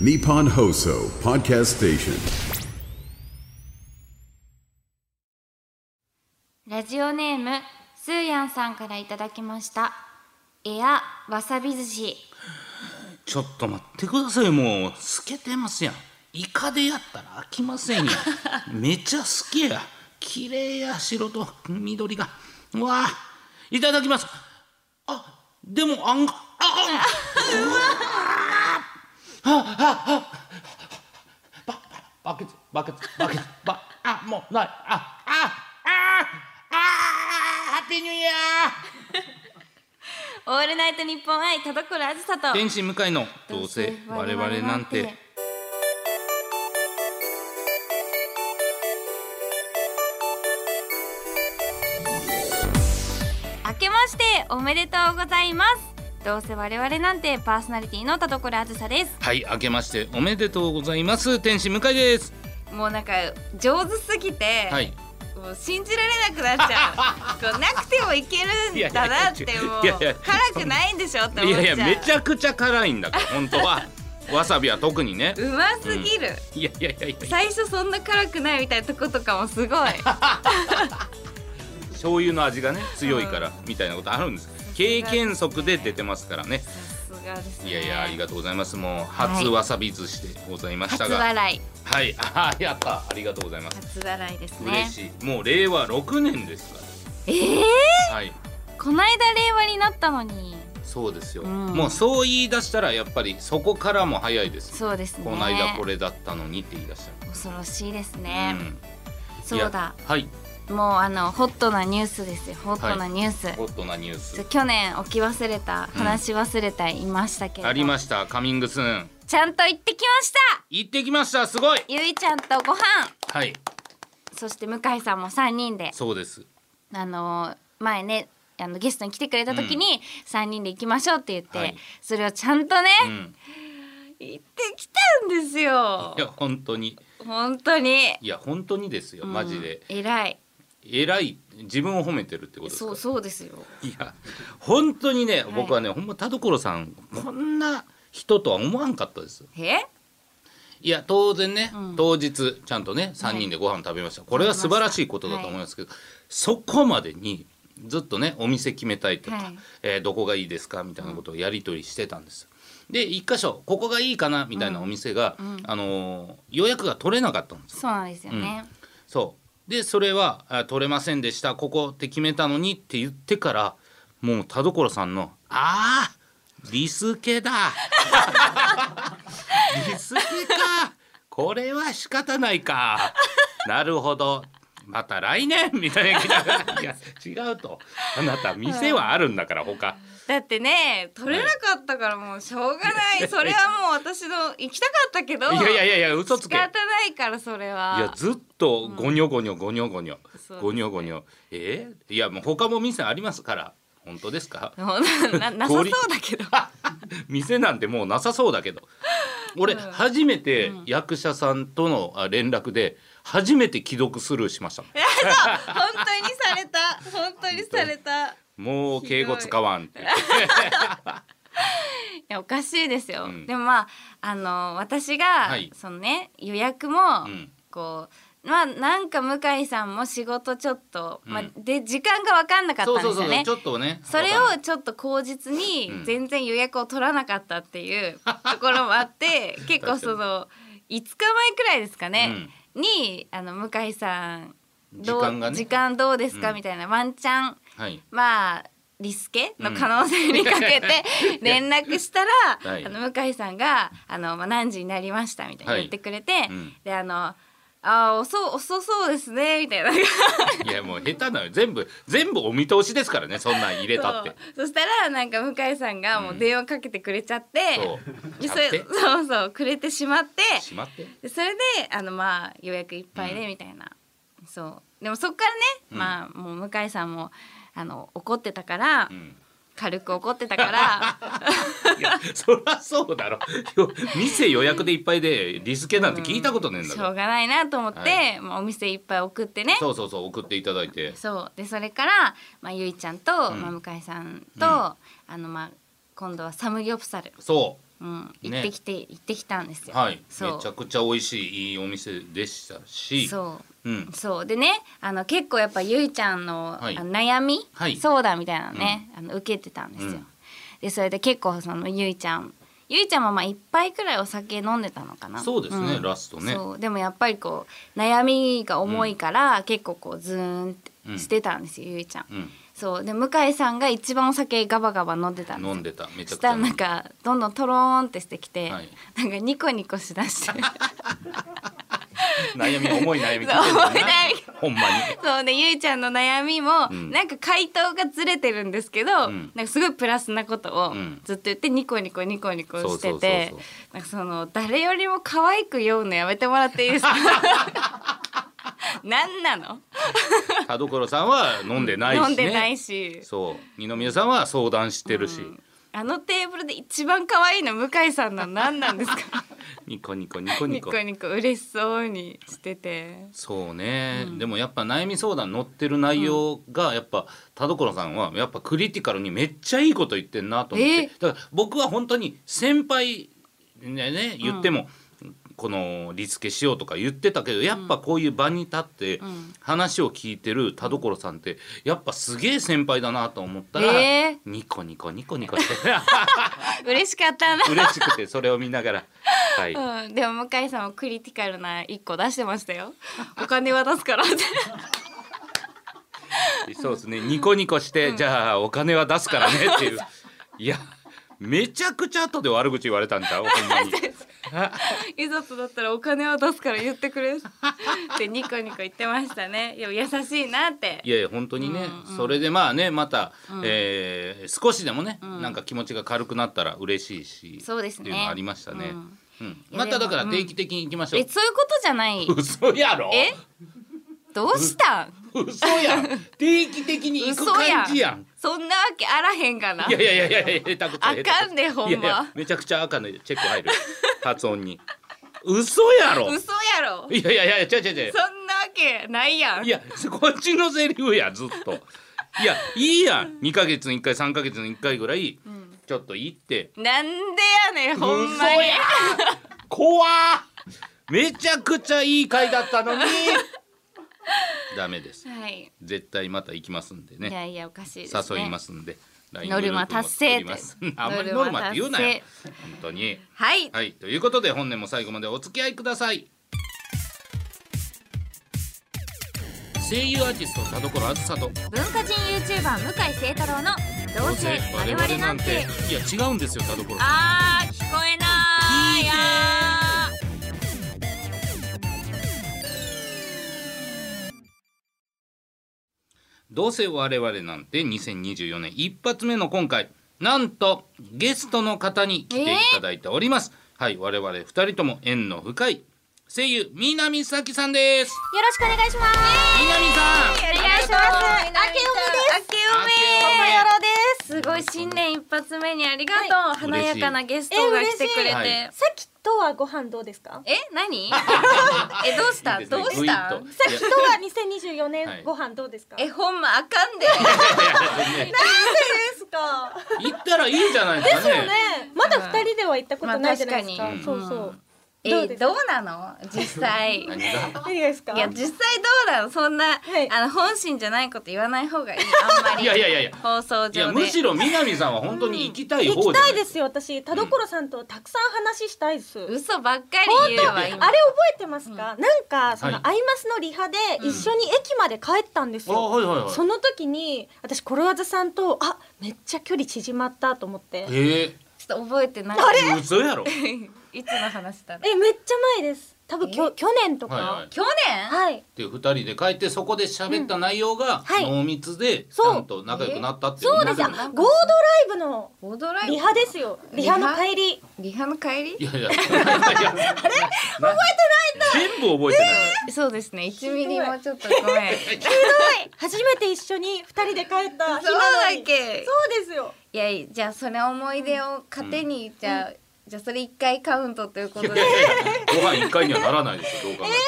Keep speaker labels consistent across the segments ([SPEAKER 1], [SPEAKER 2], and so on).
[SPEAKER 1] Nippon Hoso Podcast Station.
[SPEAKER 2] ラジオネームスーヤンさんからいただきましたエアわさび寿司
[SPEAKER 3] ちょっと待ってくださいもう透けてますやんイカでやったら飽きませんよ めちゃ好きや綺麗や白と緑がうわあいただきますあでもあんああんうわあああバババケツバケツバケツバあもうないあああああハッピーニューイヤ
[SPEAKER 2] オールナイトニッポン愛田所あずさ
[SPEAKER 3] ー
[SPEAKER 2] と
[SPEAKER 3] 天使向かいのどうせ我々なんて
[SPEAKER 2] 明けましておめでとうございますどうせ我々なんてパーソナリティの田所あずさです
[SPEAKER 3] はい、明けましておめでとうございます。天使向井です。
[SPEAKER 2] もうなんか上手すぎて、
[SPEAKER 3] はい。
[SPEAKER 2] もう信じられなくなっち ゃうこうなくてもいけるんだなって
[SPEAKER 3] いやいや
[SPEAKER 2] もう
[SPEAKER 3] いやいや
[SPEAKER 2] 辛くないんでしょって思
[SPEAKER 3] い
[SPEAKER 2] っちゃう
[SPEAKER 3] やいや、めちゃくちゃ辛いんだ から、本当は。わさびは特にね。
[SPEAKER 2] うますぎる、
[SPEAKER 3] いやいやいやいや、
[SPEAKER 2] 最初そんな辛くないみたいなとことかもすごい
[SPEAKER 3] 醤油の味がね、強いからみたいなことあるんです。経験則で出てますからね。
[SPEAKER 2] さすがですね
[SPEAKER 3] いやいや、ありがとうございます。もう
[SPEAKER 2] は
[SPEAKER 3] 初
[SPEAKER 2] い
[SPEAKER 3] わさび寿司でございまし
[SPEAKER 2] 初
[SPEAKER 3] たが。
[SPEAKER 2] 笑い
[SPEAKER 3] はい、あー、やった、ありがとうございます。
[SPEAKER 2] 初笑いですね
[SPEAKER 3] 嬉しい。もう令和六年ですか
[SPEAKER 2] ええ
[SPEAKER 3] ら。はい。
[SPEAKER 2] ー、この間令和になったのに
[SPEAKER 3] そうですよ。
[SPEAKER 2] うん
[SPEAKER 3] もうそう言い出したら、やっぱりそこからも早いです。
[SPEAKER 2] そうですね
[SPEAKER 3] この間これだったのにって言い出した。
[SPEAKER 2] 恐ろしいですね、
[SPEAKER 3] うん
[SPEAKER 2] そうだ
[SPEAKER 3] いやはい
[SPEAKER 2] もうあのホットなニュースですよホットなニュース、
[SPEAKER 3] ホットなニュース
[SPEAKER 2] 去年起き忘れた話し忘れたいましたけれど、
[SPEAKER 3] ありましたカミングスーン
[SPEAKER 2] ちゃんと行ってきました
[SPEAKER 3] 行ってきましたすごい
[SPEAKER 2] ゆいちゃんとご飯
[SPEAKER 3] はい
[SPEAKER 2] そして向井さんも3人で
[SPEAKER 3] そうです
[SPEAKER 2] あの前ねあのゲストに来てくれた時に3人で行きましょうって言って、
[SPEAKER 3] はい
[SPEAKER 2] それをちゃんとね、
[SPEAKER 3] うん
[SPEAKER 2] 行ってきたんですよ
[SPEAKER 3] いや本当に
[SPEAKER 2] 本当に
[SPEAKER 3] いや本当にですよマジで、
[SPEAKER 2] うん偉い
[SPEAKER 3] 偉い自分を褒めてるってことですか
[SPEAKER 2] そうそうですよ
[SPEAKER 3] いや本当にね
[SPEAKER 2] い
[SPEAKER 3] 僕はね、ほんま田所さんこんな人とは思わんかったです
[SPEAKER 2] え
[SPEAKER 3] いや当然ね、
[SPEAKER 2] うん
[SPEAKER 3] 当日ちゃんとね3人でご飯食べました、これは素晴らしいことだと思いますけど、そこまでにずっとねお店決めたいとか、
[SPEAKER 2] はい
[SPEAKER 3] えーどこがいいですかみたいなことをやり取りしてたんですよで一箇所ここがいいかなみたいなお店が、
[SPEAKER 2] うんうん
[SPEAKER 3] あのー予約が取れなかったんですよ
[SPEAKER 2] そうなんですよね、
[SPEAKER 3] そうでそれはあ取れませんでしたここって決めたのにって言ってからもう田所さんの「あーリスケだリスケかこれは仕方ないかなるほどまた来年」みたいな来たから「いや違うとあなた店はあるんだから他
[SPEAKER 2] だってね取れなかったからもうしょうがない、 それはもう私の行きたかったけど
[SPEAKER 3] いやいやいやいや嘘
[SPEAKER 2] 仕
[SPEAKER 3] つけ
[SPEAKER 2] 方ないからそれはい
[SPEAKER 3] やずっとゴニョゴニョゴニョゴニョ
[SPEAKER 2] そう
[SPEAKER 3] ゴニョゴニョえーいやもう他も店ありますから本当ですか
[SPEAKER 2] もうなななさそうだけど
[SPEAKER 3] 店なんてもうなさそうだけど俺
[SPEAKER 2] うん
[SPEAKER 3] 初めて役者さんとのあ連絡で初めて既読スルーしましたもん
[SPEAKER 2] 本当にされた本当にされたい
[SPEAKER 3] もう敬語使わんって
[SPEAKER 2] やおかしいですよ、
[SPEAKER 3] うん
[SPEAKER 2] でもまああの私が、
[SPEAKER 3] い
[SPEAKER 2] そのね予約も、
[SPEAKER 3] うん
[SPEAKER 2] こうまあなんか向井さんも仕事ちょっと、まあ
[SPEAKER 3] うん
[SPEAKER 2] で時間が分かんなかったん
[SPEAKER 3] そ
[SPEAKER 2] で
[SPEAKER 3] う
[SPEAKER 2] す
[SPEAKER 3] そ
[SPEAKER 2] よ
[SPEAKER 3] うそう
[SPEAKER 2] ね
[SPEAKER 3] ちょっとね
[SPEAKER 2] それ
[SPEAKER 3] わか
[SPEAKER 2] を
[SPEAKER 3] ん
[SPEAKER 2] ちょっと口実に
[SPEAKER 3] うん
[SPEAKER 2] 全然予約を取らなかったって いうところもあって結構その5日前くらいですかね、にあの向井さんどう
[SPEAKER 3] 時間がね
[SPEAKER 2] 時間どうですか、
[SPEAKER 3] うん
[SPEAKER 2] みたいなワンチャン
[SPEAKER 3] はい
[SPEAKER 2] まあリスケの可能性にかけて連絡したら、
[SPEAKER 3] はい
[SPEAKER 2] あの向井さんがあの、まあ、何時になりましたみたいな
[SPEAKER 3] はい
[SPEAKER 2] 言ってくれて、
[SPEAKER 3] うん
[SPEAKER 2] であのあー遅遅そうですねみたいな。
[SPEAKER 3] いやもう下手なのよ全部全部お見通しですからねそんなん入れたって
[SPEAKER 2] そうそしたらなんか向井さんがもう電話かけてくれちゃって、
[SPEAKER 3] そう
[SPEAKER 2] で
[SPEAKER 3] やっ
[SPEAKER 2] それ
[SPEAKER 3] て
[SPEAKER 2] そうそうくれてしまって
[SPEAKER 3] しまって
[SPEAKER 2] でそれであのまあ予約いっぱいでみたいな、そうでもそっからね、
[SPEAKER 3] うん
[SPEAKER 2] まあもう向井さんもあの怒ってたから、
[SPEAKER 3] うん
[SPEAKER 2] 軽く怒ってたから
[SPEAKER 3] いやそりゃそうだろよ店予約でいっぱいでリスケなんて聞いたことねえんだ
[SPEAKER 2] し
[SPEAKER 3] か
[SPEAKER 2] ょう
[SPEAKER 3] ら
[SPEAKER 2] がないなと思って、
[SPEAKER 3] は
[SPEAKER 2] まあ、お店いっぱい送ってね
[SPEAKER 3] そうそうそう送っていただいて
[SPEAKER 2] そうでそれから、まあ、ゆいちゃんと、
[SPEAKER 3] ん
[SPEAKER 2] まあ、向井さんと、
[SPEAKER 3] うん
[SPEAKER 2] あのまあ今度はサムギョプサル
[SPEAKER 3] そう
[SPEAKER 2] うん、
[SPEAKER 3] ね
[SPEAKER 2] 行ってきて、行ってきたんですよ。
[SPEAKER 3] はい、
[SPEAKER 2] そう
[SPEAKER 3] めちゃくちゃ美味しいいいお店でしたし
[SPEAKER 2] そう、
[SPEAKER 3] う ん
[SPEAKER 2] そうでねあの結構やっぱゆいちゃんの,、
[SPEAKER 3] はい
[SPEAKER 2] あの悩み、
[SPEAKER 3] はい
[SPEAKER 2] 相談みたいなのね、あの受けてたんですよ。
[SPEAKER 3] うん
[SPEAKER 2] でそれで結構そのゆいちゃんゆいちゃんもまあ一杯くらいお酒飲んでたのかな
[SPEAKER 3] そうですね
[SPEAKER 2] ん
[SPEAKER 3] ラストね
[SPEAKER 2] そうでもやっぱりこう悩みが重いから、結構こうズーンってしてたんですよ、ゆいちゃん。
[SPEAKER 3] うん
[SPEAKER 2] そうで向井さんが一番お酒ガバガバ飲んでたんですよ
[SPEAKER 3] 飲んでた
[SPEAKER 2] し
[SPEAKER 3] めちゃくち
[SPEAKER 2] た
[SPEAKER 3] ゃ
[SPEAKER 2] ら
[SPEAKER 3] 飲んで
[SPEAKER 2] なん
[SPEAKER 3] た
[SPEAKER 2] かどんどんとろーんってしてきて、
[SPEAKER 3] はい
[SPEAKER 2] なんかニコニコしだして
[SPEAKER 3] 悩み重い悩み聞いてる
[SPEAKER 2] そう
[SPEAKER 3] か
[SPEAKER 2] 重い悩
[SPEAKER 3] なほんまに
[SPEAKER 2] そうねゆいちゃんの悩みも、
[SPEAKER 3] ん
[SPEAKER 2] なんか回答がずれてるんですけど、
[SPEAKER 3] ん
[SPEAKER 2] なんかすごいプラスなことを
[SPEAKER 3] うん
[SPEAKER 2] ずっと言ってニコニコニコニコして
[SPEAKER 3] そうそうそう
[SPEAKER 2] て
[SPEAKER 3] そう
[SPEAKER 2] なんかその誰よりも可愛く酔うのやめてもらっていいですか なんなの
[SPEAKER 3] 田所さんは飲んでないし、ね、
[SPEAKER 2] 飲んでないし
[SPEAKER 3] そう二宮さんは相談してるし、
[SPEAKER 2] あのテーブルで一番可愛いの向井さんなの何なんですか
[SPEAKER 3] ニコニコニ コニ
[SPEAKER 2] ニ
[SPEAKER 3] コ
[SPEAKER 2] コニコ嬉しそうにしてて
[SPEAKER 3] そうね、でもやっぱ悩み相談載ってる内容がやっぱ田所さんはやっぱクリティカルにめっちゃいいこと言ってんなと思って、
[SPEAKER 2] え
[SPEAKER 3] だから僕は本当に先輩ねね言っても、このリスケしようとか言ってたけどやっぱこういう場に立って
[SPEAKER 2] ん
[SPEAKER 3] 話を聞いてる田所さんってやっぱすげえ先輩だなと思ったら、
[SPEAKER 2] え
[SPEAKER 3] ニコニコニコニコして
[SPEAKER 2] 嬉しかったな
[SPEAKER 3] 嬉しくてそれを見ながらはい。
[SPEAKER 2] うん、でも向井さんもクリティカルな一個出してましたよ。お金渡すからって。
[SPEAKER 3] そうですね。ニコニコして、じゃあお金は出すからねって いう。いや、めちゃくちゃ後で悪口言われたんち ゃうほんまに。
[SPEAKER 2] いざとだったらお金は出すから言ってくれってニコニコ言ってましたね。いや優しいなって
[SPEAKER 3] い。やいや本当にね、それでまあねまた、えー少しでもね、なんか気持ちが軽くなったら嬉しいし
[SPEAKER 2] そうですね
[SPEAKER 3] っていうのはありましたね、うん
[SPEAKER 2] や
[SPEAKER 3] まただか
[SPEAKER 2] で
[SPEAKER 3] ら
[SPEAKER 2] も
[SPEAKER 3] 定期的に行きましょう、
[SPEAKER 2] えそういうことじゃ ない。
[SPEAKER 3] 嘘やろ
[SPEAKER 2] えどうしたん？
[SPEAKER 3] 嘘やん定期的に行く
[SPEAKER 2] 嘘や
[SPEAKER 3] 感
[SPEAKER 2] ん
[SPEAKER 3] じやん。
[SPEAKER 2] そんなわけあらへんかな。
[SPEAKER 3] いやいやいやいやいや下手くそ
[SPEAKER 2] あかんでほんま
[SPEAKER 3] いやいやめちゃくちゃ赤のチェック入る発音に嘘やろ
[SPEAKER 2] 嘘やろ。
[SPEAKER 3] いやいやいや、違う違う違う
[SPEAKER 2] そ。んなわけないやん。
[SPEAKER 3] いや、こっちのセリフや、ずっと。いや、いいやん。2ヶ月に1回、3ヶ月に1回ぐらい、ちょっと行って。
[SPEAKER 2] なんでやねんほんま
[SPEAKER 3] 嘘
[SPEAKER 2] に
[SPEAKER 3] や。怖っめちゃくちゃいい回だったの に。ダメです。
[SPEAKER 2] はい。
[SPEAKER 3] 絶対また行きますんで
[SPEAKER 2] いや
[SPEAKER 3] ね。
[SPEAKER 2] いやおかしいですね。
[SPEAKER 3] 誘いますんで。LINE
[SPEAKER 2] ノルマ
[SPEAKER 3] グループも作ります
[SPEAKER 2] 達成
[SPEAKER 3] あんまりノルマって言うなよ。本当に。
[SPEAKER 2] はい。
[SPEAKER 3] はい、ということで本年も最後までお付き合いください声優アーティスト田所あずさと
[SPEAKER 2] 文化人 YouTuber 向井聖太郎の「どうせ我々なんて
[SPEAKER 3] いや違うんですよ田所」さん
[SPEAKER 2] あー聞こえない
[SPEAKER 3] 聞いて
[SPEAKER 2] あー
[SPEAKER 3] どうせ我々なんて2024年一発目の今回なんとゲストの方に来ていただいております、はい我々二人とも縁の深い声優南咲さんです
[SPEAKER 2] よろしくお願いします
[SPEAKER 3] 南さん
[SPEAKER 2] お願いしますあけおめですよろです
[SPEAKER 3] あけおめ
[SPEAKER 2] すごい新年一発目にありがとう、華やかなゲストが来てくれて、
[SPEAKER 3] え嬉しいはい
[SPEAKER 4] さっきとはご飯どうですか？
[SPEAKER 2] え何えどうした
[SPEAKER 3] いいですね
[SPEAKER 2] どうした
[SPEAKER 3] ぐいっ
[SPEAKER 4] さっきとは2024
[SPEAKER 3] はい
[SPEAKER 4] 年ご飯どうですか？
[SPEAKER 2] え
[SPEAKER 4] どう
[SPEAKER 2] ほんまあか んで
[SPEAKER 4] ですか？
[SPEAKER 3] といや行ったらいいじゃないですかね
[SPEAKER 4] ねまだ二人では行ったことないじゃないですか
[SPEAKER 2] まあ。確か
[SPEAKER 4] そ
[SPEAKER 2] に
[SPEAKER 4] うそう。どう
[SPEAKER 2] え
[SPEAKER 4] です
[SPEAKER 2] どうなの実際
[SPEAKER 3] 何が
[SPEAKER 4] 何がですか？
[SPEAKER 2] いや実際どうなのそんな、
[SPEAKER 4] はい
[SPEAKER 2] あの本心じゃないこと言わない方がいいあんまり
[SPEAKER 3] いやいやいやいや
[SPEAKER 2] 放送上
[SPEAKER 3] い
[SPEAKER 2] で
[SPEAKER 3] やむしろ南さんは本当に行きたい
[SPEAKER 4] 行
[SPEAKER 3] 方
[SPEAKER 4] き
[SPEAKER 3] じゃな
[SPEAKER 4] た
[SPEAKER 3] い
[SPEAKER 4] いですよ私田所さんとたくさん話したいです。
[SPEAKER 2] 嘘ばっかり
[SPEAKER 4] 本
[SPEAKER 2] 言う
[SPEAKER 4] 当
[SPEAKER 2] わ
[SPEAKER 4] あれ
[SPEAKER 2] 今
[SPEAKER 4] 覚えてますか、なんかその、
[SPEAKER 3] はい
[SPEAKER 4] アイマスのリハで一緒に駅まで帰ったんです
[SPEAKER 3] あ
[SPEAKER 4] よ、
[SPEAKER 3] はいはいはい
[SPEAKER 4] その時に私コロワズさんとあめっちゃ距離縮まったと思って
[SPEAKER 3] へえ
[SPEAKER 2] ちょっと覚えてない
[SPEAKER 3] 嘘やろ。
[SPEAKER 2] いつの話だろう
[SPEAKER 4] えめっちゃ前です多分きょ去年とか、
[SPEAKER 3] はいはい。
[SPEAKER 2] 去年、
[SPEAKER 4] はい、
[SPEAKER 3] で二人で帰ってそこで喋った内容が
[SPEAKER 4] はい
[SPEAKER 3] 濃密でち
[SPEAKER 4] そう
[SPEAKER 3] ゃんと仲良くなったっていう。
[SPEAKER 4] そうですよ
[SPEAKER 3] な
[SPEAKER 4] ゴ
[SPEAKER 3] んか
[SPEAKER 4] ードライブの
[SPEAKER 2] ボードライブ
[SPEAKER 4] リハですよリハの帰り
[SPEAKER 2] リハの帰り
[SPEAKER 3] いやいや。あれ覚えてないんだ。全部覚えてない。
[SPEAKER 2] そうですね1ミリもちょっとごめん
[SPEAKER 4] 初めて一緒に二人で帰った日なのに
[SPEAKER 2] そうだっけ
[SPEAKER 4] そうですよ
[SPEAKER 2] いやいやじゃあその思い出を糧に、じゃあじゃあそれ一回カウントというこ
[SPEAKER 3] い
[SPEAKER 2] と
[SPEAKER 3] や
[SPEAKER 2] で
[SPEAKER 3] いやいやご飯一回にはならないでしょどう考えても。
[SPEAKER 4] え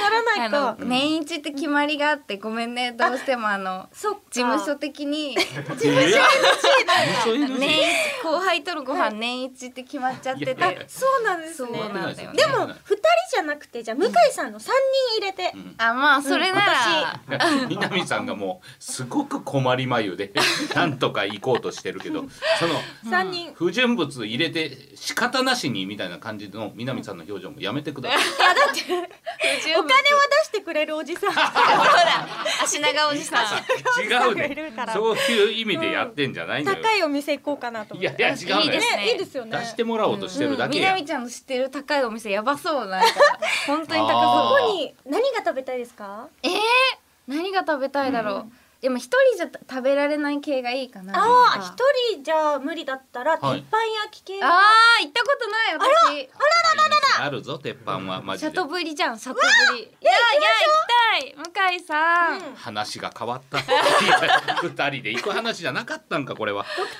[SPEAKER 4] ならない
[SPEAKER 2] あ
[SPEAKER 4] と
[SPEAKER 2] の年一って決まりがあってごめんねどうしてもあの
[SPEAKER 4] そっか
[SPEAKER 2] 事務所的に
[SPEAKER 3] 事務所 NG
[SPEAKER 2] 年一後輩とのご飯年一って決まっちゃってて
[SPEAKER 3] いやいや
[SPEAKER 4] そうなんです
[SPEAKER 2] そう
[SPEAKER 4] ね
[SPEAKER 2] なんだよね
[SPEAKER 4] でも2人じゃなくてじゃあ向井さんの3人入れて、
[SPEAKER 2] あまあそれなら、
[SPEAKER 3] 南さんがもうすごく困り眉 でなんとか行こうとしてるけどその
[SPEAKER 4] 3人、
[SPEAKER 3] 不純物入れて仕方なしにみたいな感じの南さんの表情もやめてください。
[SPEAKER 4] お金は出してくれるおじさ
[SPEAKER 2] そ
[SPEAKER 4] ん
[SPEAKER 2] うだ足長おじさん
[SPEAKER 3] 違う
[SPEAKER 4] いる
[SPEAKER 3] ね
[SPEAKER 4] から
[SPEAKER 3] そういう意味でやってんじゃないんだよ。
[SPEAKER 4] 高いお店行こうかなと思
[SPEAKER 3] い
[SPEAKER 4] って
[SPEAKER 3] やいや違う
[SPEAKER 2] いい
[SPEAKER 3] ね
[SPEAKER 2] ですね
[SPEAKER 4] ねいいですよね
[SPEAKER 3] 出してもらおうとしてるだけや。
[SPEAKER 2] 南ちゃんの知ってる高いお店やばそうなんか本当に高
[SPEAKER 3] あ
[SPEAKER 2] そ
[SPEAKER 3] ー
[SPEAKER 2] う
[SPEAKER 4] ここに何が食べたいですか
[SPEAKER 2] えー、何が食べたいだろう、でも一人じゃ食べられない系がいいかな
[SPEAKER 4] ああ
[SPEAKER 2] なんか
[SPEAKER 4] 一人じゃ無理だったら鉄
[SPEAKER 3] はい
[SPEAKER 4] 板焼き系、
[SPEAKER 2] あー行ったことない私
[SPEAKER 3] あるぞ鉄板はマ
[SPEAKER 2] シ
[SPEAKER 3] ジ
[SPEAKER 2] ャ
[SPEAKER 3] で
[SPEAKER 2] ト。ブリじゃんシャトブリいやいや行きたい向井さん、
[SPEAKER 4] うん
[SPEAKER 3] 話が変わった。二人で行く話じゃなかったんかこれは。
[SPEAKER 4] ドクタ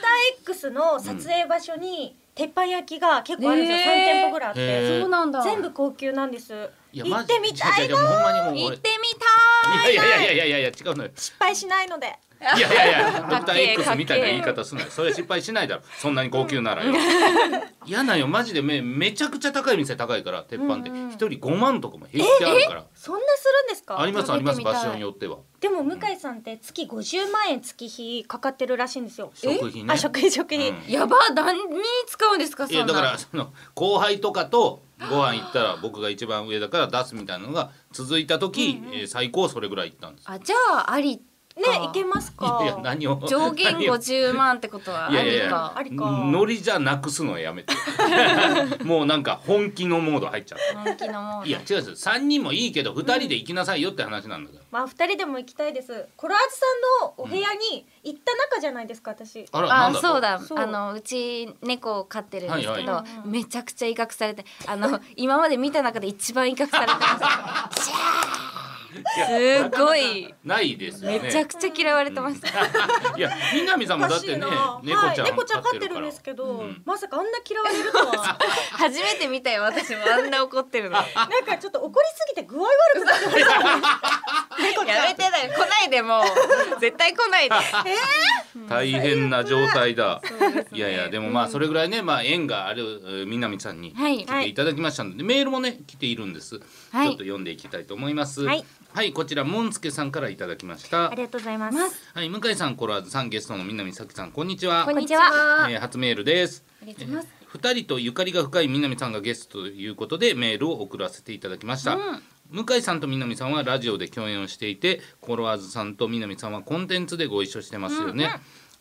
[SPEAKER 4] ー X の撮影場所に鉄板焼きが結構あるんですよ、
[SPEAKER 2] へー
[SPEAKER 4] 3店舗ぐらいあって、
[SPEAKER 3] へー
[SPEAKER 2] そうなんだ
[SPEAKER 4] 全部高級なんです
[SPEAKER 3] いや
[SPEAKER 4] 行
[SPEAKER 3] マ
[SPEAKER 4] っ
[SPEAKER 3] ジ
[SPEAKER 4] てみたい
[SPEAKER 3] いや
[SPEAKER 4] の
[SPEAKER 3] やもうほんまにもう
[SPEAKER 2] 行
[SPEAKER 3] 俺
[SPEAKER 2] ってみ
[SPEAKER 3] い
[SPEAKER 2] た
[SPEAKER 3] や
[SPEAKER 2] い
[SPEAKER 3] いやいやいやいや違うのよ。
[SPEAKER 4] 失敗しないので
[SPEAKER 3] いやいやいや、ド
[SPEAKER 2] か
[SPEAKER 3] ク
[SPEAKER 2] っ
[SPEAKER 3] タ
[SPEAKER 2] け
[SPEAKER 3] ー
[SPEAKER 2] え
[SPEAKER 3] X みたいな言い
[SPEAKER 2] かっ
[SPEAKER 3] 方すんなよ。それ失敗しないだろ。そんなに高級ならよ。嫌なんよ、マジでめめちゃくちゃ高い店高いから、鉄板って。一人5万とかも平気であるから。
[SPEAKER 4] そんなするんですか
[SPEAKER 3] ありますあります、
[SPEAKER 2] 食べてみたい
[SPEAKER 3] 場所によっては。
[SPEAKER 4] でも向井さんって月50万円月費かかってるらしいんですよ
[SPEAKER 3] 食費ね
[SPEAKER 4] あ食費食費、
[SPEAKER 3] うん
[SPEAKER 2] やば何に使うんですかそ
[SPEAKER 3] い
[SPEAKER 2] んな
[SPEAKER 3] やだからその後輩とかとご飯行ったら僕が一番上だから出すみたいなのが続いた時、えー最高それぐらい行ったんです。
[SPEAKER 2] あじゃあありか
[SPEAKER 4] ねいけます
[SPEAKER 3] いや
[SPEAKER 4] か
[SPEAKER 3] いや何を
[SPEAKER 2] 上限50万ってことはあ
[SPEAKER 3] い
[SPEAKER 2] りか
[SPEAKER 3] やいやいや
[SPEAKER 4] ありか
[SPEAKER 3] ノリじゃなくすのはやめて もうなんか本気のモード入っちゃった
[SPEAKER 2] 本気のもん
[SPEAKER 3] いや違うんですよ3人もいいけど2人で行きなさいよって話なんだけど、
[SPEAKER 4] まあ二人でも行きたいですコロアズさんのお部屋に行った中じゃないですか私
[SPEAKER 3] あらな
[SPEAKER 2] あ
[SPEAKER 3] んだ
[SPEAKER 2] そうだ
[SPEAKER 4] そう
[SPEAKER 2] あのうち猫を飼ってるんですけど、
[SPEAKER 3] は
[SPEAKER 2] めちゃくちゃ威嚇されてあの 今まで見た中で一番威嚇されてましたすごい
[SPEAKER 3] ないですよね
[SPEAKER 2] めちゃくちゃ嫌われてました、
[SPEAKER 3] いや南さん
[SPEAKER 4] お
[SPEAKER 3] も
[SPEAKER 4] か
[SPEAKER 3] だっ
[SPEAKER 4] してい
[SPEAKER 3] ね
[SPEAKER 4] な
[SPEAKER 3] 猫ちゃん,、
[SPEAKER 4] はい、猫ちゃん飼ってるんですけど、まさかあんな嫌われると は
[SPEAKER 2] 初めて見たよ私もあんな怒ってるのや
[SPEAKER 4] なんかちょっと怒りすぎて具合悪くなってま
[SPEAKER 2] めてだよ来ないでもう絶対来ないで
[SPEAKER 3] 大変な状態だ、いやいやでもまあそれぐらいね、まあ、縁があるえー南さんに
[SPEAKER 2] はい
[SPEAKER 3] 来ていただきましたので、メールもね来ているんです、
[SPEAKER 2] はい
[SPEAKER 3] ちょっと読んでいきたいと思います
[SPEAKER 4] はい、
[SPEAKER 3] こちらもんすけさんからいただきました
[SPEAKER 4] ありがとうございます
[SPEAKER 3] はい向井さんコロワーズさんゲストの南咲さんこんにちは
[SPEAKER 2] こんにち
[SPEAKER 3] え
[SPEAKER 2] は
[SPEAKER 3] ー初メールです
[SPEAKER 2] ありがとうございます
[SPEAKER 3] 二人とゆかりが深い南さんがゲストということでメールを送らせていただきました、向井さんと南さんはラジオで共演をしていてコロワーズさんと南さんはコンテンツでご一緒してますよね、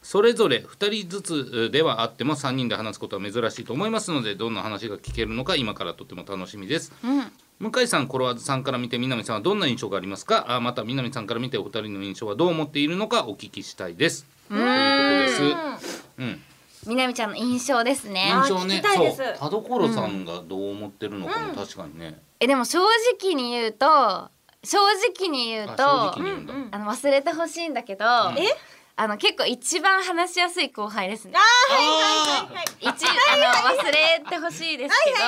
[SPEAKER 3] それぞれ2人ずつえーではあっても3人で話すことは珍しいと思いますのでどんな話が聞けるのか今からとても楽しみです、向井さんコロワーズさんから見て南さんはどんな印象がありますかあまた南さんから見てお二人の印象はどう思っているのかお聞きしたいですということです、うん、
[SPEAKER 2] みなみちゃんの印象ですね
[SPEAKER 3] 印象ね
[SPEAKER 4] あー聞きたい
[SPEAKER 3] そ
[SPEAKER 4] で
[SPEAKER 3] う
[SPEAKER 4] す
[SPEAKER 3] 田所さんがどう思ってるのかも確かにね、
[SPEAKER 2] えでも正直に言うと正直に言うと
[SPEAKER 3] あ正直に言うんだ、
[SPEAKER 4] うんうん
[SPEAKER 2] あの忘れてほしいんだけど、
[SPEAKER 3] んえ
[SPEAKER 2] あの結構一番話しやすい後輩ですね
[SPEAKER 4] あ。はいはいはいはい
[SPEAKER 2] 一あの忘れてほしいですけど、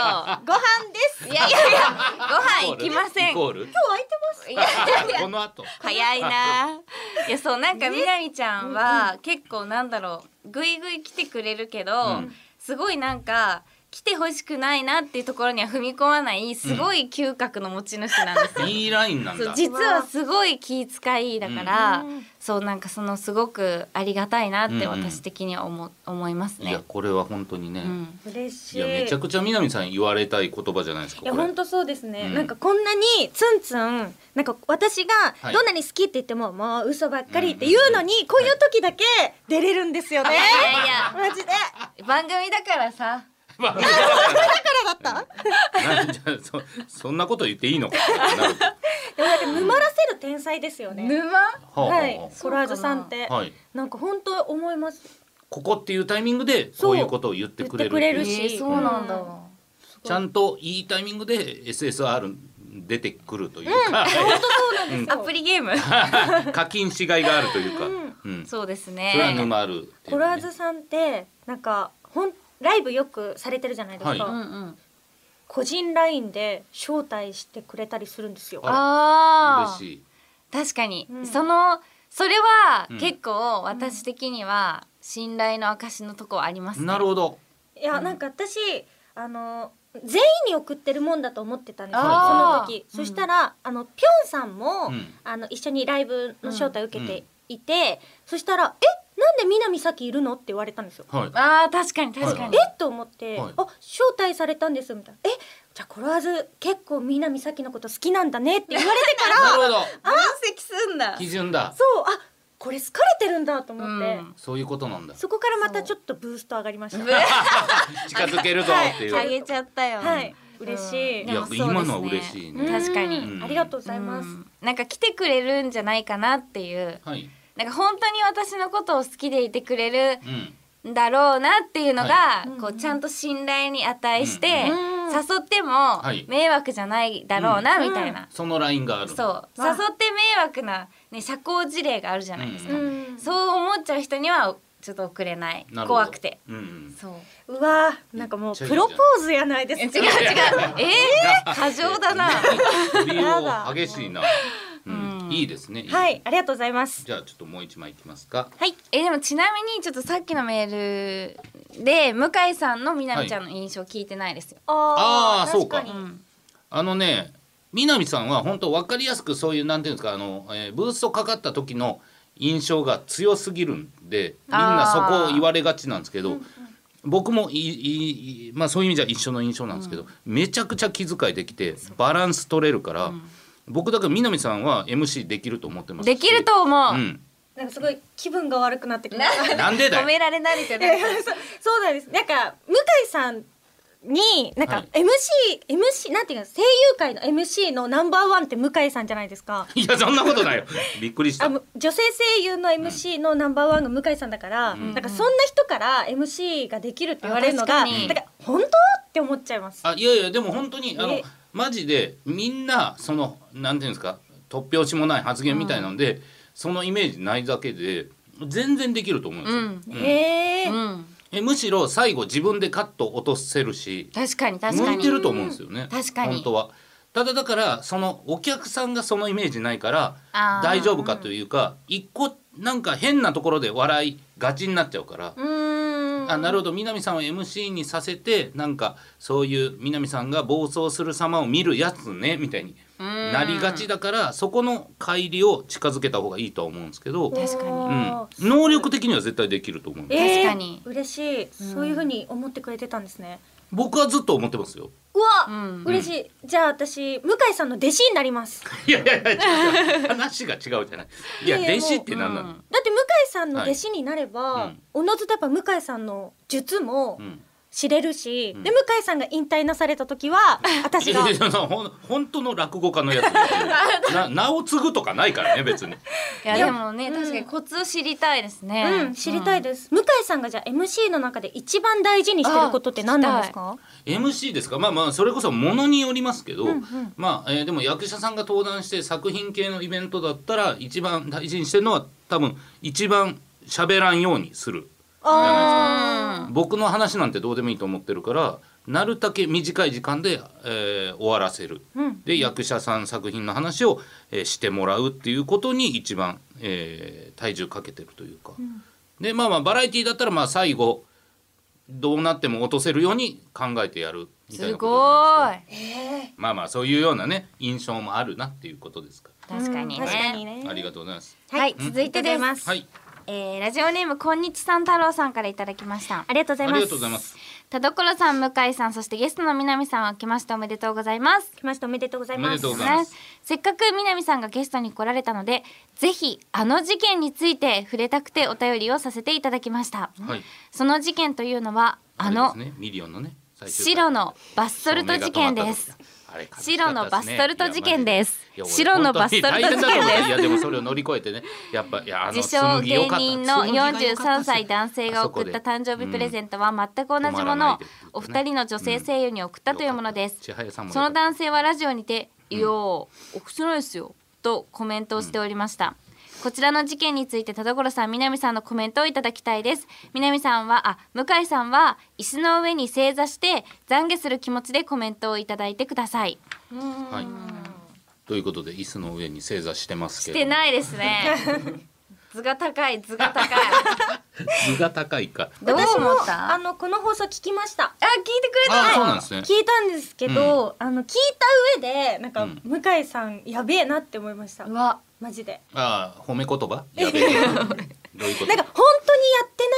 [SPEAKER 4] ご飯です
[SPEAKER 2] い、やいやいやご飯行きません。
[SPEAKER 3] イコールイコ
[SPEAKER 4] 今日空いてます
[SPEAKER 2] いやい
[SPEAKER 3] ール
[SPEAKER 2] や
[SPEAKER 3] この後
[SPEAKER 2] 早い な。いやそうなんかみなみちゃんは結構なんだろうぐいぐい来てくれるけど、
[SPEAKER 3] ん
[SPEAKER 2] すごいなんか。来てほしくないなっていうところには踏み込まないすごい嗅覚の持ち主なんですよ
[SPEAKER 3] いいラインなん
[SPEAKER 2] そう
[SPEAKER 3] だ
[SPEAKER 2] 実はすごい気遣いだから、そうなんかそのすごくありがたいなって
[SPEAKER 3] うんうん
[SPEAKER 2] 私的には思,、思います
[SPEAKER 3] いや
[SPEAKER 2] ね。
[SPEAKER 3] これは本当にね、
[SPEAKER 2] うん、
[SPEAKER 4] 嬉しい
[SPEAKER 3] いやめちゃくちゃ南さん言われたい言葉じゃないですか
[SPEAKER 4] いや
[SPEAKER 3] これ
[SPEAKER 4] 本当そうですね、
[SPEAKER 3] うん
[SPEAKER 4] なんかこんなにツンツンなんか私
[SPEAKER 3] は
[SPEAKER 4] が
[SPEAKER 3] い
[SPEAKER 4] どんなに好きって言っても、もう嘘ばっかりって言うのに、こういう時だけ出れるんですよね、
[SPEAKER 2] いや
[SPEAKER 4] マジでだ
[SPEAKER 2] 番組だからさ
[SPEAKER 3] まあ
[SPEAKER 4] からだった
[SPEAKER 3] なんじゃそそんなこと言っていいのかなるほど
[SPEAKER 4] でもだって沼らせる天才ですよね、
[SPEAKER 2] 沼
[SPEAKER 3] はあ はあ
[SPEAKER 4] はい
[SPEAKER 3] は
[SPEAKER 4] コラーズさんって、
[SPEAKER 3] あはい
[SPEAKER 4] なんか本当思います
[SPEAKER 3] ここっていうタイミングでこういうことを言ってくれるっていう
[SPEAKER 4] 言ってくれるし
[SPEAKER 2] えーそうなんだ、
[SPEAKER 4] うん
[SPEAKER 3] ちゃんといいタイミングで SSR 出てくるというか、
[SPEAKER 2] アプリゲーム
[SPEAKER 3] 課金しがいがあるというか、うん、
[SPEAKER 2] そうです
[SPEAKER 3] それは
[SPEAKER 2] ね。
[SPEAKER 3] 沼あるってい
[SPEAKER 4] コ
[SPEAKER 3] う
[SPEAKER 4] ラ
[SPEAKER 3] ね、
[SPEAKER 4] ーズさんってなんかほんライブよくされてるじゃないですか、
[SPEAKER 3] は
[SPEAKER 2] うんうん
[SPEAKER 4] 個人ラインで招待してくれたりするんですよ。
[SPEAKER 3] あ嬉
[SPEAKER 2] あ
[SPEAKER 3] し
[SPEAKER 2] あ
[SPEAKER 3] い
[SPEAKER 2] 確かに、
[SPEAKER 4] うん
[SPEAKER 2] そのそれは
[SPEAKER 3] うん
[SPEAKER 2] 結構私的には信頼の証のとこありますね。
[SPEAKER 3] なるほど
[SPEAKER 4] いやなんか私あの全員に送ってるもんだと思ってたんですよその
[SPEAKER 2] あー
[SPEAKER 4] 時、
[SPEAKER 2] うん
[SPEAKER 4] そしたらあのぴょんさん
[SPEAKER 3] う
[SPEAKER 4] も、
[SPEAKER 3] ん
[SPEAKER 4] あの一緒にライブの招待受け
[SPEAKER 3] うんう
[SPEAKER 4] て
[SPEAKER 3] ん
[SPEAKER 4] いて、そしたら「えなんで南咲いるの?」って言われたんですよ。
[SPEAKER 3] はい
[SPEAKER 2] あー確かに確かに。
[SPEAKER 4] えっと思って、
[SPEAKER 3] はい
[SPEAKER 4] あ招待されたんですみたいな「えじゃあコロワーズ結構南咲のこと好きなんだね」って言われてから
[SPEAKER 3] なるほど
[SPEAKER 2] 分析すんだ
[SPEAKER 3] 基準 だ
[SPEAKER 4] そうあこれ好かれてるんだと思って、
[SPEAKER 2] うん
[SPEAKER 3] そういうことなんだ
[SPEAKER 4] そこからまたちょっとブースト上が りました。
[SPEAKER 3] 近づけるぞっていう、
[SPEAKER 2] あげちゃったよ。
[SPEAKER 4] はい、嬉しい、
[SPEAKER 2] うん
[SPEAKER 3] いや
[SPEAKER 2] でもそうですね
[SPEAKER 3] 今のは嬉しいね
[SPEAKER 2] うん確かに
[SPEAKER 4] うん
[SPEAKER 3] うん
[SPEAKER 4] ありがとうございます。
[SPEAKER 2] うんなんか来てくれるんじゃないかなっていう。
[SPEAKER 3] はい
[SPEAKER 2] なんか本当に私のことを好きでいてくれる
[SPEAKER 3] うん
[SPEAKER 2] んだろうなっていうのが
[SPEAKER 4] いうんうん
[SPEAKER 2] こうちゃんと信頼に値して
[SPEAKER 3] うん
[SPEAKER 4] うん
[SPEAKER 2] 誘っても
[SPEAKER 3] はい
[SPEAKER 2] 迷惑じゃないだろうな
[SPEAKER 4] うん
[SPEAKER 2] みたいな
[SPEAKER 3] そのラインがある
[SPEAKER 2] そう
[SPEAKER 4] うん
[SPEAKER 2] 誘って迷惑なね社交辞令があるじゃないですか
[SPEAKER 3] うん
[SPEAKER 2] そう思っちゃう人にはちょっと送れない
[SPEAKER 3] なるほど
[SPEAKER 2] 怖くて
[SPEAKER 3] うんうん
[SPEAKER 2] そう
[SPEAKER 4] うわーなんかもうプロポーズやないで
[SPEAKER 2] え違う
[SPEAKER 4] す
[SPEAKER 2] 違う
[SPEAKER 4] か。
[SPEAKER 2] えー、過剰だな
[SPEAKER 3] 振りを激しいな、うん
[SPEAKER 2] うん
[SPEAKER 3] いいですね
[SPEAKER 4] はい、ありがとうございます。
[SPEAKER 3] じゃあちょっともう一枚いきますか
[SPEAKER 2] はい、えでもちなみにちょっとさっきのメールで向井さんのみなみちゃんの印象聞いてないですよ。
[SPEAKER 4] あ
[SPEAKER 3] あーそうか
[SPEAKER 4] 確
[SPEAKER 2] う
[SPEAKER 4] に
[SPEAKER 2] ん、
[SPEAKER 3] あのね南さんは本当分かりやすくそういうなんていうんですかあの、えーブーストかかった時の印象が強すぎるんでみんなそこを言われがちなんですけど、僕もいいいまあ、そういう意味じゃ一緒の印象なんですけど、めちゃくちゃ気遣いできてバランス取れるから、僕だから南さんは MC できると思ってますし
[SPEAKER 2] できると思う。
[SPEAKER 3] うん、
[SPEAKER 4] なんかすごい気分が悪くなってき ました。
[SPEAKER 3] なんでだ
[SPEAKER 2] 褒
[SPEAKER 3] よ
[SPEAKER 2] められ慣れてない。
[SPEAKER 4] そうそうなんです。なんか向井さんになん
[SPEAKER 3] は
[SPEAKER 4] か
[SPEAKER 3] い
[SPEAKER 4] MC、MC なんていうの声優界の MC のナンバーワンって向井さんじゃないですか。
[SPEAKER 3] いやそんなことないよびっくりした
[SPEAKER 4] あむ女性声優の MC のナンバーワンが向井さんだから、なんかそんな人から MC ができるって言われるの
[SPEAKER 2] あ
[SPEAKER 4] が、
[SPEAKER 2] 確かに
[SPEAKER 4] だから本当って思っちゃいます。
[SPEAKER 3] あいやいやでも本当にあの
[SPEAKER 4] え
[SPEAKER 3] マジでみんなそのなんていうんですか突拍子もない発言みたいなので、そのイメージないだけで全然できると思うんですよ、
[SPEAKER 2] うん
[SPEAKER 4] へえ、
[SPEAKER 2] うん、
[SPEAKER 3] えむしろ最後自分でカット落とせるし
[SPEAKER 2] 確かに確か
[SPEAKER 3] 向
[SPEAKER 2] に。
[SPEAKER 3] いてると思うんですよね
[SPEAKER 2] 確かに
[SPEAKER 3] 本当はただだからそのお客さんがそのイメージないから
[SPEAKER 2] あー
[SPEAKER 3] 大丈夫かというか一個なんか変なところで笑いがちになっちゃうから、
[SPEAKER 4] うーん。
[SPEAKER 3] あなるほど南さんを MC にさせてなんかそういう南さんが暴走する様を見るやつねみたいに
[SPEAKER 2] うん
[SPEAKER 3] なりがちだからそこの乖離を近づけた方がいいとは思うんですけど、うん、
[SPEAKER 2] 確かに
[SPEAKER 4] おー
[SPEAKER 3] 能力的には絶対できると思う
[SPEAKER 4] えー
[SPEAKER 2] 確かに
[SPEAKER 4] 嬉しい、そういう風に思ってくれてたんですね
[SPEAKER 3] 僕はずっと思ってます よ。
[SPEAKER 4] うわ、
[SPEAKER 2] うん
[SPEAKER 4] 嬉しいじゃあ私向井さんの弟子になります
[SPEAKER 3] いやいやいや違う話が違うじゃない。いや
[SPEAKER 4] いやいや
[SPEAKER 3] 弟子って何な
[SPEAKER 2] も
[SPEAKER 3] の
[SPEAKER 2] う？
[SPEAKER 4] だって向井さんの弟子になれば、
[SPEAKER 3] はいうん
[SPEAKER 4] おのずとやっぱ向井さんの術も
[SPEAKER 3] うん
[SPEAKER 4] 知れるし、
[SPEAKER 3] ん
[SPEAKER 4] で向井さんが引退なされた 時は、私
[SPEAKER 3] い
[SPEAKER 4] が
[SPEAKER 3] やいやそのほん 本当の落語家のやつ な 名を継ぐとかないからね別に
[SPEAKER 2] いやでもね
[SPEAKER 4] うん
[SPEAKER 2] 確かにコツ知りたいですね。
[SPEAKER 4] うん、知りたいです、向井さんがじゃあ MC の中で一番大事にしてることって何なんですか
[SPEAKER 3] MC ですかまあまあそれこそものによりますけど、
[SPEAKER 4] んうん
[SPEAKER 3] まあ、えーでも役者さんが登壇して作品系のイベントだったら一番大事にしてるのは多分一番喋らんようにする
[SPEAKER 4] あ
[SPEAKER 3] 僕の話なんてどうでもいいと思ってるからなるだけ短い時間で、えー終わらせる、
[SPEAKER 4] うん
[SPEAKER 3] で役者さん作品の話を、えーしてもらうっていうことに一番、えー体重かけてるというか、でまあまあバラエティーだったらまあ最後どうなっても落とせるように考えてやるみたい
[SPEAKER 2] す
[SPEAKER 3] なことじゃないですか
[SPEAKER 2] ごい。
[SPEAKER 3] まあまあそういうようなね印象もあるなっていうことですか
[SPEAKER 4] ー
[SPEAKER 2] 確かに
[SPEAKER 4] うん確かに
[SPEAKER 2] ね。
[SPEAKER 4] ね
[SPEAKER 3] ら。ありがとうございます。
[SPEAKER 2] はい、続いてで。
[SPEAKER 4] 出ます
[SPEAKER 3] はい、
[SPEAKER 2] えーラジオネームこんにちさん太郎さんからいただきました。
[SPEAKER 4] ありがとうご
[SPEAKER 3] あ
[SPEAKER 4] ざい
[SPEAKER 3] り
[SPEAKER 4] ま
[SPEAKER 3] が
[SPEAKER 4] す
[SPEAKER 3] とうございます。
[SPEAKER 2] 田所さん向井さんそしてゲストの南さんは来ましておめでとうございます
[SPEAKER 4] 来ましたおめでとうござい
[SPEAKER 3] おめ
[SPEAKER 4] ま
[SPEAKER 3] ですとうございます
[SPEAKER 2] せっかく南さんがゲストに来られたのでぜひあの事件について触れたくてお便りをさせていただきました、
[SPEAKER 3] はい
[SPEAKER 2] その事件というのはあ
[SPEAKER 3] あ
[SPEAKER 2] の
[SPEAKER 3] れですね、ミリオンのね、最終回
[SPEAKER 2] 白のバスソルト事件です。
[SPEAKER 3] 照明が止まった時だあれ
[SPEAKER 2] 白のバスソルト事件です
[SPEAKER 3] いや俺
[SPEAKER 2] 白のバスソルト事件です
[SPEAKER 3] 本当に大変だと思ういやでもそれを乗り越えてね、やっぱいやあの
[SPEAKER 2] 自称芸人の
[SPEAKER 3] 紬が良
[SPEAKER 2] 43
[SPEAKER 3] かったです
[SPEAKER 2] 歳男性が送った誕生日プレゼントは全く同じものをお二人の女性声優に送ったというものです
[SPEAKER 3] 千早さんも
[SPEAKER 2] その男性はラジオにて「いやー、おくしないですよ」とコメントをしておりました、こちらの事件について田所さん南さんのコメントをいただきたいです南さんはあ向井さんは椅子の上に正座して懺悔する気持ちでコメントをいただいてください
[SPEAKER 3] はい。ということで椅子の上に正座してますけ
[SPEAKER 2] し
[SPEAKER 3] ど。
[SPEAKER 2] てないですね 図が高い図が高い
[SPEAKER 3] 図が高いか。
[SPEAKER 2] どう
[SPEAKER 4] 私
[SPEAKER 2] 思
[SPEAKER 4] も
[SPEAKER 2] った
[SPEAKER 4] あのこの放送聞きました
[SPEAKER 2] あ聞いてくれ
[SPEAKER 3] あ、そう
[SPEAKER 2] た
[SPEAKER 3] なんですね。
[SPEAKER 4] 聞いたんですけど、あの聞いた上でなんか、
[SPEAKER 3] うん
[SPEAKER 4] 向井さんやべえなって思いました
[SPEAKER 2] うわ
[SPEAKER 4] マジで
[SPEAKER 3] ああ、褒め言葉。やべえ。どういうこ
[SPEAKER 4] なん
[SPEAKER 3] と
[SPEAKER 4] か。本当にやってない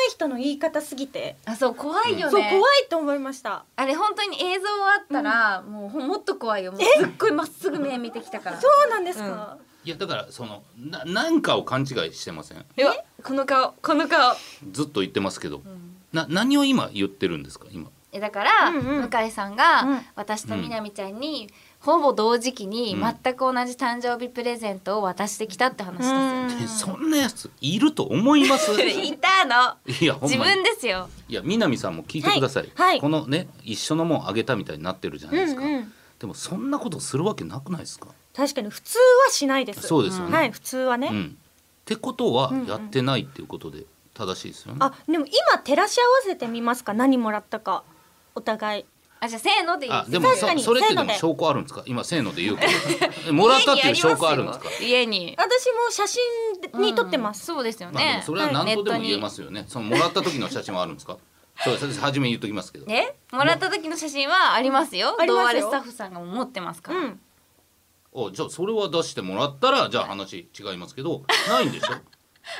[SPEAKER 4] 人の言い方すぎて、
[SPEAKER 2] あそう怖いよね、
[SPEAKER 4] そう怖いと思いました
[SPEAKER 2] あれ本当に映像あったら、もうほもっと怖いよもうすっごいまっすぐ目見てきたから
[SPEAKER 4] そうなんですか、
[SPEAKER 3] いや、だから、その、な、なんかを勘違いしてません。
[SPEAKER 2] うわこの顔この顔
[SPEAKER 3] ずっと言ってますけど。な、何を今言ってるんですか、今。
[SPEAKER 2] えだから、
[SPEAKER 4] うんうん
[SPEAKER 2] 向井さんが、
[SPEAKER 4] うん
[SPEAKER 2] 私とみなみちゃんに、ほぼ同時期に
[SPEAKER 3] うん
[SPEAKER 2] 全く同じ誕生日プレゼントを渡してきたって話で
[SPEAKER 3] えそんなやついると思います。
[SPEAKER 2] す よ。いたの
[SPEAKER 3] いや、ほん
[SPEAKER 2] 自
[SPEAKER 3] まに
[SPEAKER 2] 分。ですよ。
[SPEAKER 3] いや、南さんも聞いてください。
[SPEAKER 4] はいはい
[SPEAKER 3] このね、一緒のもんあげたみたいになってるじゃないですか。
[SPEAKER 4] うんうん
[SPEAKER 3] でも、そんなことするわけなくないですか。
[SPEAKER 4] 確かに普通はしないです
[SPEAKER 3] そうですよね
[SPEAKER 4] はい普通はね、
[SPEAKER 3] うん。ってことは、やってないっていうことで、正しいですよね。
[SPEAKER 4] あでも今照らし合わせてみますか何もらったかお互い
[SPEAKER 2] あじゃあせーのでいい
[SPEAKER 3] あ
[SPEAKER 2] です
[SPEAKER 3] でも
[SPEAKER 4] 確
[SPEAKER 3] そ
[SPEAKER 4] かに
[SPEAKER 3] それって
[SPEAKER 4] せー
[SPEAKER 3] で
[SPEAKER 4] の
[SPEAKER 3] も
[SPEAKER 4] で
[SPEAKER 3] 証拠あるんですか今せーので言うけど えもらったっていう証拠あるんですか
[SPEAKER 2] 家にあり
[SPEAKER 4] 私も写真に撮ってます、
[SPEAKER 2] すよ、うんそうですよ
[SPEAKER 3] まあでも
[SPEAKER 2] ね。
[SPEAKER 3] それは何とでも言えますよね、そのもらった時の写真はあるんです かそうです初めに言っときますけど
[SPEAKER 2] ネットに。えもらった時の写真はありますよ。
[SPEAKER 4] あり
[SPEAKER 2] どうあ
[SPEAKER 4] ます
[SPEAKER 2] れ
[SPEAKER 4] よ
[SPEAKER 2] スタッフさんが持ってますから。
[SPEAKER 4] うん
[SPEAKER 3] おじゃあそれは出してもらったらじゃあ話違いますけどないんでし ょ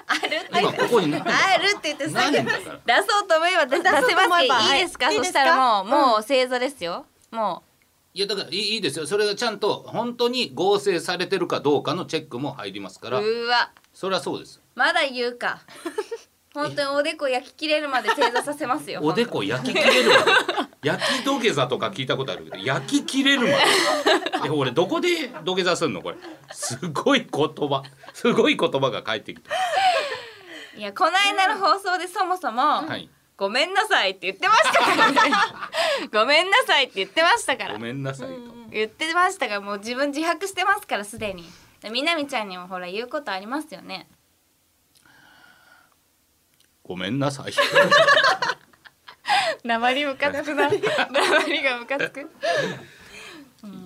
[SPEAKER 2] あるって
[SPEAKER 3] 今ここにない
[SPEAKER 2] あるって言って
[SPEAKER 3] ないんだから
[SPEAKER 2] 出そうと思えば出出せ
[SPEAKER 4] 出そうと
[SPEAKER 2] ま
[SPEAKER 4] 思
[SPEAKER 2] す
[SPEAKER 4] えば
[SPEAKER 2] けどいいですか、
[SPEAKER 4] はい
[SPEAKER 2] そしたらもう、
[SPEAKER 4] いいですか
[SPEAKER 2] もう正座ですよも
[SPEAKER 3] いやだからいいいいですよそれがちゃんと本当に合成されてるかどうかのチェックも入りますか
[SPEAKER 2] うう
[SPEAKER 3] ら
[SPEAKER 2] ーわ
[SPEAKER 3] それはそうです
[SPEAKER 2] まだ言うか本当におでこ焼き切れるまで正座させますよ
[SPEAKER 3] おでこ焼き切れるまで 焼き土下座とか聞いたことあるけど焼き切れるまでいや俺どこで土下座すんのこれすごい言葉すごい言葉が返ってきた
[SPEAKER 2] 本当にいやこの間の放送でそもそも、
[SPEAKER 3] はい
[SPEAKER 2] ごめんなさいって言ってましたから ねごめんなさいって言ってましたか
[SPEAKER 3] ご
[SPEAKER 2] ら
[SPEAKER 3] めんなさいと
[SPEAKER 2] 言ってましたからもう自分自白してますからすでにみなみちゃんにもほら言うことありますよね
[SPEAKER 3] ごめんなさい
[SPEAKER 2] 鉛ムカつくな 鉛がムカつく
[SPEAKER 3] い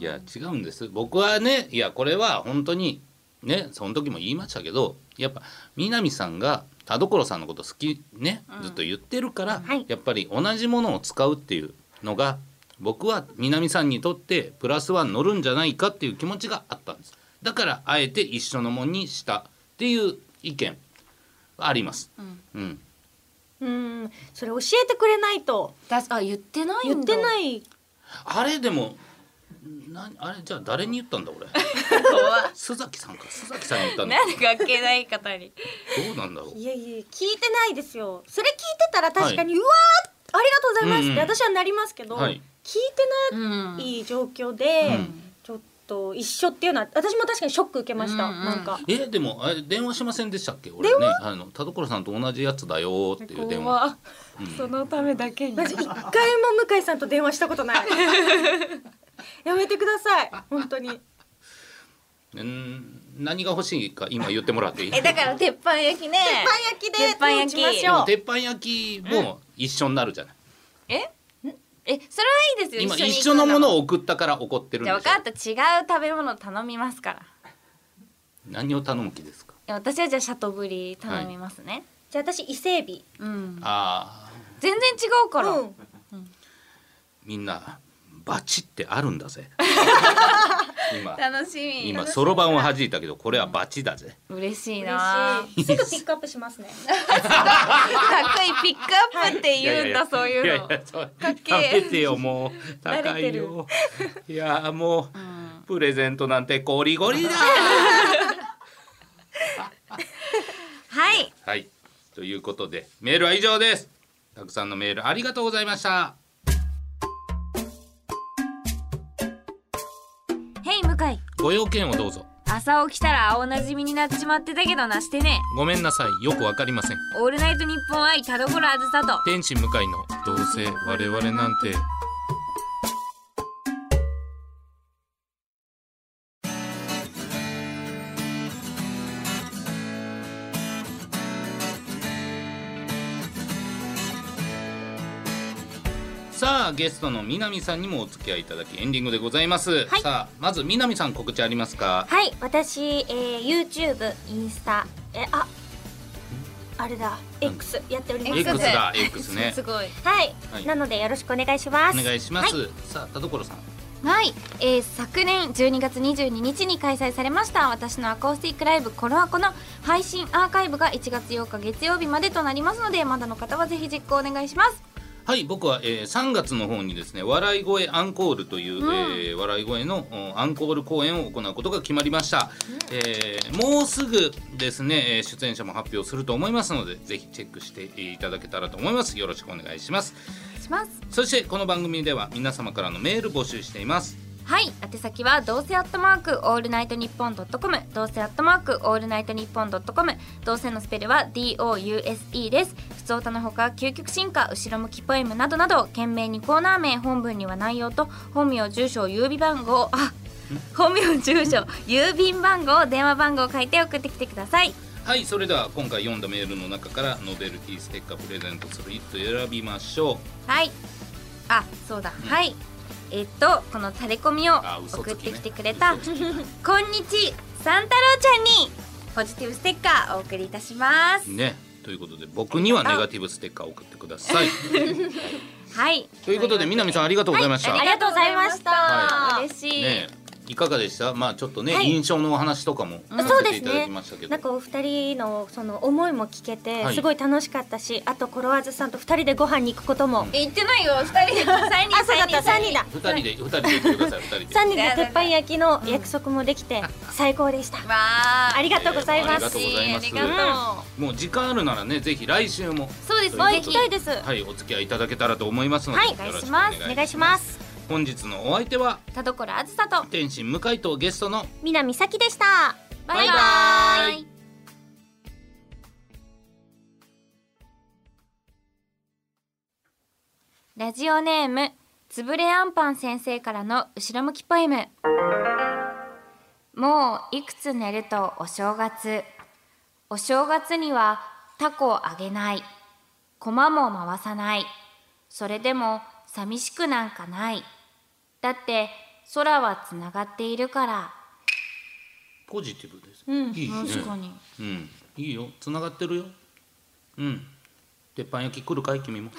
[SPEAKER 3] や違うんです僕はねいやこれは本当にねその時も言いましたけどやっぱ南さんが田所さんのこと好きね、ずっと言ってるから、
[SPEAKER 4] はい
[SPEAKER 3] やっぱり同じものを使うっていうのが僕は南さんにとってプラスワン乗るんじゃないかっていう気持ちがあったんですだからあえて一緒のもんにしたっていう意見はあります、
[SPEAKER 2] ん
[SPEAKER 3] うん
[SPEAKER 4] うんそれ教えてくれないと
[SPEAKER 2] 確かあ言ってないんだ
[SPEAKER 4] 言ってない
[SPEAKER 3] あれでもなあれじゃあ誰に言ったんだ俺
[SPEAKER 2] 怖
[SPEAKER 3] 須崎さんか須崎さんに言ったんだ
[SPEAKER 2] なんで関係ない方に
[SPEAKER 3] どうなんだろう
[SPEAKER 4] いやいや聞いてないですよそれ聞いてたら確かに、うわーありがとうございますって
[SPEAKER 3] うんうん
[SPEAKER 4] 私はなりますけど、
[SPEAKER 3] はい
[SPEAKER 4] 聞いて
[SPEAKER 2] うん
[SPEAKER 4] ない状況で、
[SPEAKER 3] うん
[SPEAKER 4] ちょっと一緒っていうのは私も確かにショック受けました、
[SPEAKER 2] うんうん
[SPEAKER 4] なんか
[SPEAKER 3] えでもあれ電話しませんでしたっけ俺ねあの田所さんと同じやつだよーっていう電話
[SPEAKER 2] 怖そのためだけに
[SPEAKER 4] マジ一回も向井さんと電話したこと ないやめてください本当に
[SPEAKER 3] うーん何が欲しいか今言ってもらっていい
[SPEAKER 2] えだから鉄板焼きね
[SPEAKER 4] 鉄板焼きで
[SPEAKER 2] 鉄板焼き
[SPEAKER 4] 手打ちまし
[SPEAKER 3] で
[SPEAKER 4] ょ
[SPEAKER 3] も
[SPEAKER 4] う
[SPEAKER 3] 鉄板焼きも一緒になるじゃない、
[SPEAKER 2] ええそれはいいですよ
[SPEAKER 3] 今
[SPEAKER 2] に
[SPEAKER 3] 一
[SPEAKER 2] 行く
[SPEAKER 3] 緒のものを送ったから怒ってるん
[SPEAKER 2] じ
[SPEAKER 3] で
[SPEAKER 2] ゃ
[SPEAKER 3] し
[SPEAKER 2] あ
[SPEAKER 3] ょ
[SPEAKER 2] 分かった違う食べ物頼みますからい
[SPEAKER 3] 何を頼む気ですか
[SPEAKER 2] や私はじゃあシャトーブリ頼みますね、
[SPEAKER 4] じゃあ私伊勢海
[SPEAKER 2] うん
[SPEAKER 3] あー
[SPEAKER 2] 全然違うから、
[SPEAKER 4] 老、うん、
[SPEAKER 3] みんなバチってあるんだ ぜ今
[SPEAKER 2] 楽しみ
[SPEAKER 3] 今そろばんを弾いたけどこれはバチだぜ
[SPEAKER 2] 嬉しいな
[SPEAKER 4] 嬉しいすぐピックアップしますね
[SPEAKER 2] かっこいいピックアップって言うんだそういうの
[SPEAKER 3] ややそう
[SPEAKER 2] かっけ
[SPEAKER 3] や
[SPEAKER 2] え
[SPEAKER 3] めてよもう高いよいやもう、プレゼントなんてゴリゴリ だ
[SPEAKER 2] はい
[SPEAKER 3] はいということでメールは以上ですたくさんのメールありがとうございました
[SPEAKER 2] 「ヘイ向井
[SPEAKER 3] ご用件をどうぞ
[SPEAKER 2] 朝起きたら青なじみになっちまってたけどなしてね
[SPEAKER 3] ごめんなさいよくわかりません
[SPEAKER 2] オールナイトニッポン愛田所あずさと」
[SPEAKER 3] 天使向かいのどうせ我々なんてさあゲストの南さんにもお付き合いいただきエンディングでございます、
[SPEAKER 4] はい
[SPEAKER 3] さあまず南さん告知ありますか
[SPEAKER 4] はい私、えー、YouTube インスタえーああれだ X やっております
[SPEAKER 3] X だ X ね
[SPEAKER 5] すごい
[SPEAKER 4] はい、
[SPEAKER 3] はい
[SPEAKER 4] なのでよろしくお願いします
[SPEAKER 3] お願いします、
[SPEAKER 4] は
[SPEAKER 3] さあ田所さん
[SPEAKER 2] はい、えー昨年12月22日に開催されました私のアコースティックライブ「コロアコ」の配信アーカイブが1月8日月曜日までとなりますのでまだの方はぜひ実行お願いします
[SPEAKER 3] はい僕は、えー、3月の方にですね笑い声アンコールという、えー笑い声のおアンコール公演を行うことが決まりました、えーもうすぐですねえー出演者も発表すると思いますのでぜひチェックしていただけたらと思いますよろしくお願いします
[SPEAKER 2] します
[SPEAKER 3] そしてこの番組では皆様からのメール募集しています
[SPEAKER 2] はい宛先はどうせアットマークオールナイトニッポンドットコムどうせアットマークオールナイトニッポンドットコムどうせのスペルは DOUSE です普通歌のほか究極進化後ろ向きポエムなどなど懸命にコーナー名本文には内容と本名住所郵便番号あ本名住所郵便番号電話番号を書いて送ってきてください
[SPEAKER 3] はいそれでは今回読んだメールの中からノベルティステッカープレゼントする一ト選びましょう
[SPEAKER 2] はいあそうだ、はいえっとこのタレコミを
[SPEAKER 3] あ嘘
[SPEAKER 2] 送っ
[SPEAKER 3] つきね
[SPEAKER 2] てきてくれた、
[SPEAKER 3] 嘘つきね
[SPEAKER 2] こんにちサン太郎ちゃんにポジティブステッカーお送りいたします
[SPEAKER 3] ねということで僕にはネガティブステッカーを送ってくださ い
[SPEAKER 2] はい
[SPEAKER 3] ということで南さんありがとうございました、
[SPEAKER 2] ありがとうございました、
[SPEAKER 3] は
[SPEAKER 2] 嬉しい、
[SPEAKER 3] ねえいかがでしたまあちょっとね、
[SPEAKER 4] はい
[SPEAKER 3] 印象のお話とかも
[SPEAKER 4] うん
[SPEAKER 3] さ
[SPEAKER 4] そう
[SPEAKER 3] せてい
[SPEAKER 4] です
[SPEAKER 3] ただ
[SPEAKER 4] ね
[SPEAKER 3] きましたけ。ど、
[SPEAKER 4] なんかお二人のその思いも聞けて、
[SPEAKER 3] はい
[SPEAKER 4] すごい楽しかったし、あとコロワーズさんと二人でご飯に行くことも。
[SPEAKER 5] え言ってないよ二人で
[SPEAKER 2] 三人
[SPEAKER 4] あ、そうだった、三人だ。
[SPEAKER 3] 二人で二人で言ってください二人で
[SPEAKER 4] 三人で鉄板焼きの約束もできて、最高でした。
[SPEAKER 5] わ
[SPEAKER 4] ありがとうございま
[SPEAKER 3] えーありが
[SPEAKER 4] す
[SPEAKER 3] とう。ございます
[SPEAKER 5] ありが
[SPEAKER 3] もう時間あるならねぜひ来週も
[SPEAKER 2] そうです
[SPEAKER 3] と
[SPEAKER 4] あ、
[SPEAKER 3] いう
[SPEAKER 4] 行
[SPEAKER 3] こと
[SPEAKER 4] きたいです。
[SPEAKER 3] はいお付き合いいただけたらと思いますので、
[SPEAKER 4] はい
[SPEAKER 3] よろく
[SPEAKER 4] お願いします。
[SPEAKER 3] 本日のお相手は
[SPEAKER 2] 田所あずさと
[SPEAKER 3] 天心向井とゲストの
[SPEAKER 4] 南咲でした。
[SPEAKER 2] バイバ
[SPEAKER 3] バイバ
[SPEAKER 2] イ
[SPEAKER 3] イ
[SPEAKER 2] ラジオネームつぶれあんぱん先生からの後ろ向きポエムもういくつ寝るとお正月お正月にはタコをあげない駒も回さないそれでも寂しくなんかないだって空はつながっているから
[SPEAKER 3] ポジティブです、
[SPEAKER 4] うん
[SPEAKER 3] いいね
[SPEAKER 2] 確かに
[SPEAKER 3] うんいいよ繋がってるようん鉄板焼き来るかい君も